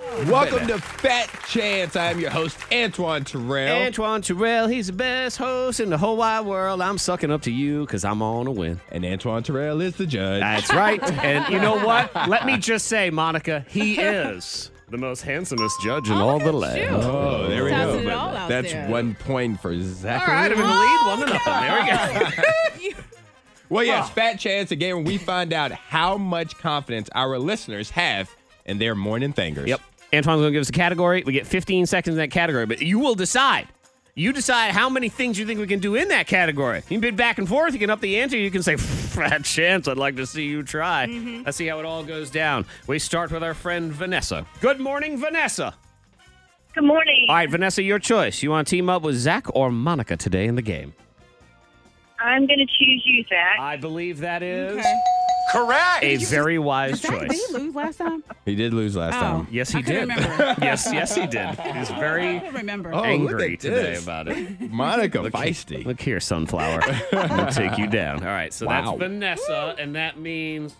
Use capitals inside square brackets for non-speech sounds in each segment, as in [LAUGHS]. Welcome, Welcome to to Fat Chance. I am your host, Antoine Terrell. Antoine Terrell. He's the best host in the whole wide world. I'm sucking up to you because I'm on a win. and Antoine Terrell is the judge. That's right. and you know what? Let me just say, Monica, he is the most handsomest judge in Oh, all look the at land. you. oh, there we Sounds it go. all out That's there. one point for All right, I'm Zachary. in the lead. One to nothing. There we go. well, yes, Fat Chance, a game where we find out how much confidence our listeners have in their morning fingers. Yep. Antoine's going to give us a category. We get 15 seconds in that category, but you will decide. You decide how many things you think we can do in that category. You can bid back and forth. You can up the ante. You can say, fat chance. I'd like to see you try. Mm-hmm. Let's see how it all goes down. We start with our friend Vanessa. Good morning, Vanessa. Good morning. All right, Vanessa, your choice. You want to team up with Zach or Monica today in the game? I'm going to choose you, Zach. I believe that is Okay. a very wise Zach, did choice. he lose last time? He did lose last Oh, time. Yes, he I did. couldn't remember. yes, yes, he did. He's very [LAUGHS] I remember. Oh, look angry at today this. about it. Monica Feisty. Look here, sunflower. I'm gonna take you down. All right, so Wow. that's Vanessa, and that means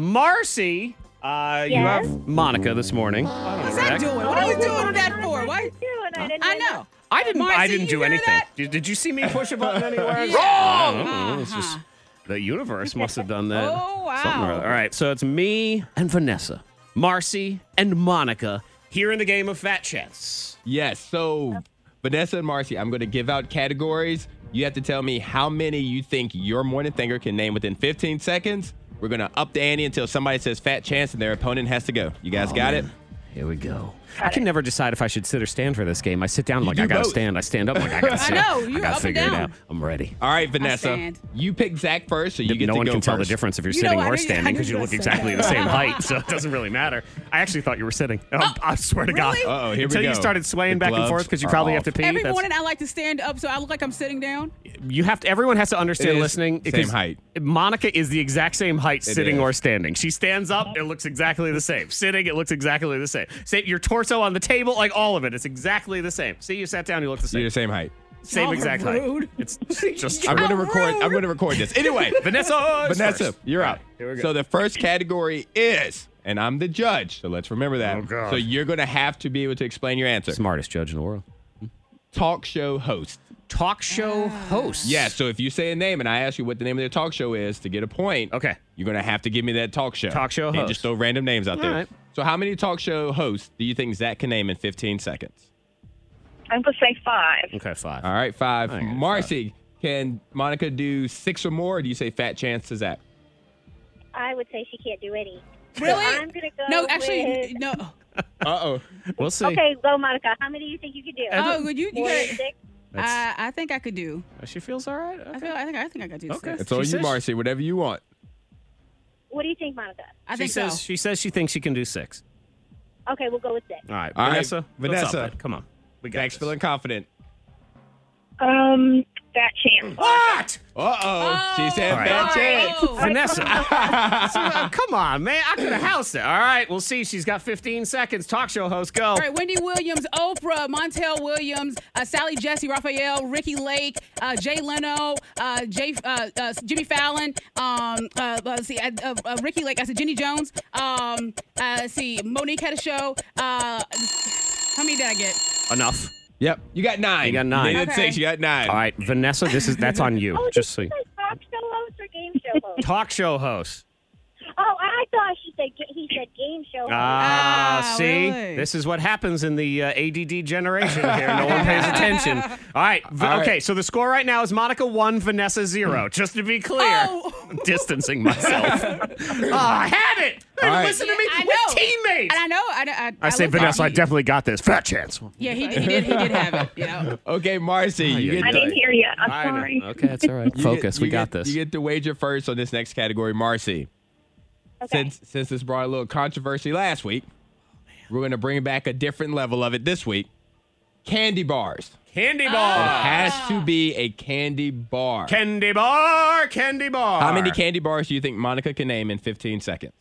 Marcy. Uh, You Yes? have Monica this morning. What's that doing? What are we doing with that for? Why? I, didn't I know. I didn't. Marcy, I didn't you do hear anything. that? Did, did you see me push a [LAUGHS] button anywhere? Yeah. Wrong. It's Uh-huh. just the universe must have done that. [LAUGHS] Oh, wow. Something or other. All right, so it's me and Vanessa, Marcy and Monica here in the game of Fat Chats. Yes. So, Vanessa and Marcy, I'm going to give out categories. You have to tell me how many you think your morning finger can name within 15 seconds. We're going to up the ante until somebody says fat chance and their opponent has to go. You guys got it? Here we go. I can never decide if I should sit or stand for this game. I sit down like do I gotta both. stand. I stand up like [LAUGHS] I gotta stand. know, you're I gotta up and figure it down. out. I'm ready. All right, Vanessa. stand. You pick Zach first, so you get no to one go can tell the first. difference if you're You know, sitting I or knew- I standing because knew you you look were exactly the gonna say [LAUGHS] same height, so it doesn't really matter. I actually thought you were sitting. Um, I swear to God. Oh, really? Uh-oh, here we Until go. you started swaying The back and gloves forth because you are probably off. have to pee. Every that's- morning I like to stand up so I look like I'm sitting down. you have to. Everyone has to understand is listening. same because height. Monica is the exact same height, sitting is. or standing. She stands up, it looks exactly the same. Sitting, it looks exactly the same. Sit your torso on the table, like all of it, it's exactly the same. See, you sat down, you look the You're the same. same height. Same Y'all are exact height. rude. It's just [LAUGHS] true. I'm going to record. I'm going to record [LAUGHS] this anyway. Vanessa, is Vanessa, first. you're All up. right, Here we go. So the first category is, and I'm the judge, so let's remember that. Oh, God. So you're going to have to be able to explain your answer. smartest judge in the world. Talk show host. talk show Ah. host. Yeah, so if you say a name and I ask you what the name of their talk show is to get a point, Okay. you're gonna have to give me that talk show. Talk show Can't host. just throw random names out All there. right. So how many talk show hosts do you think Zach can name in 15 seconds? I'm going to say five. Okay, five. All right, five. I think it's Marcy, can Monica do six or more? Or do you say fat chance to Zach? I would say she can't do any. [LAUGHS] Really? I'm gonna go no, actually, with- no. Uh oh. We'll see. Okay, go, Monica. How many do you think you could do? Oh, would you? you Four, gotta- six? That's- I, I think I could do. she feels all right. uh, I Okay. feel. I think. I think I could do. Okay. six. It's on She you, says- Marcy. Whatever you want. What do you think, Monica? I She think says so. she says she thinks she can do six. Okay, we'll go with six. All right, All right, Vanessa. what's up, Vanessa. bud? come on. We got Zach's this. feeling confident. Um, that chance. [LAUGHS] What? Uh oh. She said All right. fat chance. Oh. [LAUGHS] Vanessa. See, uh, come on, man. I could have housed it. All right, we'll see. She's got 15 seconds. Talk show host, go. All right, Wendy Williams, Oprah, Montel Williams, uh, Sally Jesse, Raphael, Ricky Lake, uh, Jay Leno, uh, Jay, uh, uh, Jimmy Fallon, um, uh, let's see, uh, uh, uh, Ricky Lake, I said Jenny Jones, um, uh, let's see, Monique had a show. Uh, how many did I get? Enough. Yep. You got nine. You got nine. You needed Okay. six. You got nine. All right, Vanessa. This is that's on [LAUGHS] you. Oh, Just so. did you- she say talk show host or game show host? Talk show host. oh, I thought she said ga- he said game show host. Ah, Ah, see, really? this is what happens in the uh, ADD generation here. No one [LAUGHS] pays attention. All right, v- All right. Mm. okay. So the score right now is Monica one, Vanessa zero. Just to be clear, Oh. I'm [LAUGHS] distancing myself. [LAUGHS] oh, I had it. Hey, All right. Listen to me. Yeah, I We're know. teammates. And I know, I, I, I say, looked at Vanessa, I you. definitely got this. Fat chance. Yeah, he, he did, he did have it. You know, [LAUGHS] Okay, Marcy. you yeah, get I to- didn't hear you. I'm I know. sorry. Okay, it's all right. You get- Oh, Focus. you we got get- this. You get to wager first on this next category, Marcy. uh, Okay. Since since this brought a little controversy last week, we're going to bring back a different level of it this week. Candy bars. Oh. candy bar. It has to be a candy bar. candy bar. Candy bar. How many candy bars do you think Monica can name in 15 seconds?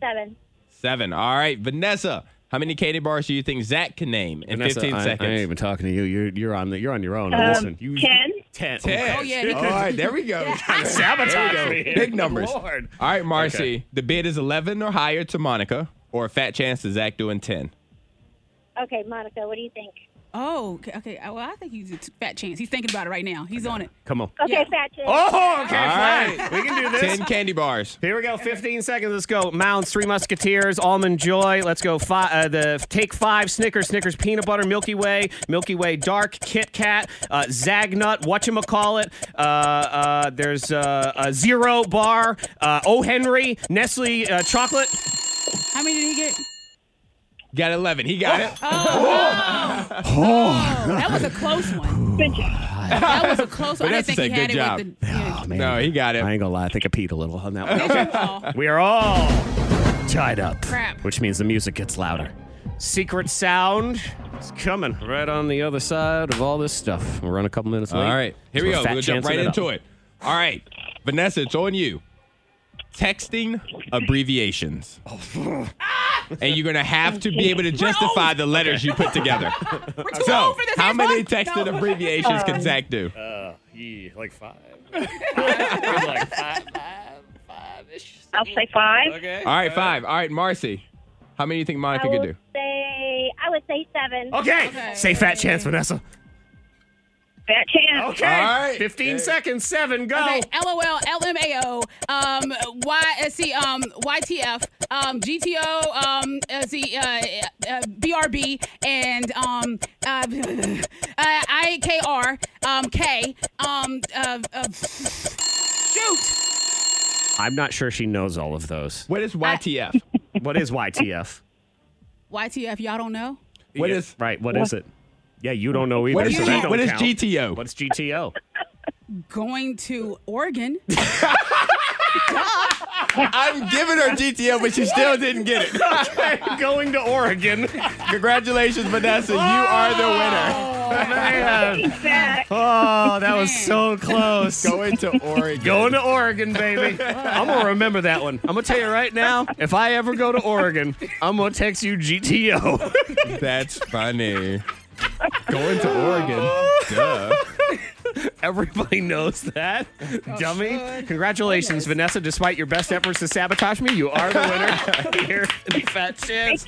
Seven. Seven. All right, Vanessa. How many candy bars do you think Zach can name in Vanessa, 15 I- seconds? I ain't even talking to you. You're you're on the, you're on your own. Um, Listen, you Ten. ten. Ten. Oh, yeah, he All could- right, there we go. sabotage There you go. me. Big numbers. Lord. All right, Marcy. The bid is 11 or higher to Monica. or a fat chance to Zach doing 10? Okay, Monica, what do you think? Oh, okay. okay. Well, I think he's a t- fat chance. He's thinking about it right now. He's on it. Come on. Okay, Yeah. fat chance. Oh, okay, All fine. right. We can do this. 10 candy bars. Here we go. 15 seconds. Let's go. Mounds, Three Musketeers, Almond Joy. Let's go. Five, uh, the Take Five, Snickers, Snickers, Peanut Butter, Milky Way, Milky Way Dark, Kit Kat, uh, Zagnut, whatchamacallit. Uh, uh, there's uh, a Zero Bar, uh, O. Henry, Nestle uh, Chocolate. How many did he get? Got 11. He got it. Oh, that was a close one. Good job. That was a close one. I [LAUGHS] Vanessa didn't think he said had good it job. with the. yeah. Oh, man. No, he got it. I ain't going to lie. I think I peed a little on [LAUGHS] that one. Did you? Oh, We are all tied up. Crap. Which means the music gets louder. Secret sound is coming right on the other side of all this stuff. We're on a couple minutes All late. right. Here we So go. we're fat We'll jump chancing right up. into it. All right. Vanessa, it's on you. Texting [LAUGHS] abbreviations. Ah! and you're going to have to be able to justify the letters you put together. [LAUGHS] we're too So, old for this. how Angela. many texting No. [LAUGHS] abbreviations can Zach do? Yeah, like [LAUGHS] five. Five, like five, five, five-ish. I'll say five. Okay. All right, five. All right, Marcy. How many do you think I Monica would could do? say I would say seven. Okay. Okay. Say fat chance, Vanessa. Fat chance. Okay. All right. 15 Okay. seconds. Seven. Go. Okay, LOL, LMAO, um, Y, uh, see, um, YTF, um, GTO, um, uh, see, uh, uh, BRB, and um, uh, [LAUGHS] uh, IKR, um, K, um, uh, uh, [LAUGHS] shoot, I'm not sure she knows all of those. What is YTF? What is YTF? YTF, y'all don't know? [LAUGHS] What is right? What is it? Yeah, you don't know either. what is so G- that don't what is count. GTO? What's GTO? Going to Oregon. I'm giving her GTO, but she still didn't get [LAUGHS] it. Going to Oregon. Congratulations, Vanessa. You are the winner. Man. Zach. [LAUGHS] Oh, that was so close. Going to Oregon. Going to Oregon, baby. I'm going to remember that one. I'm going to tell you right now if I ever go to Oregon, I'm going to text you GTO. That's funny. Going to [LAUGHS] Oregon. Duh. [LAUGHS] Everybody knows that. Dummy. Congratulations, Vanessa. Despite your best efforts to sabotage me, you are the winner here in Fat Chance.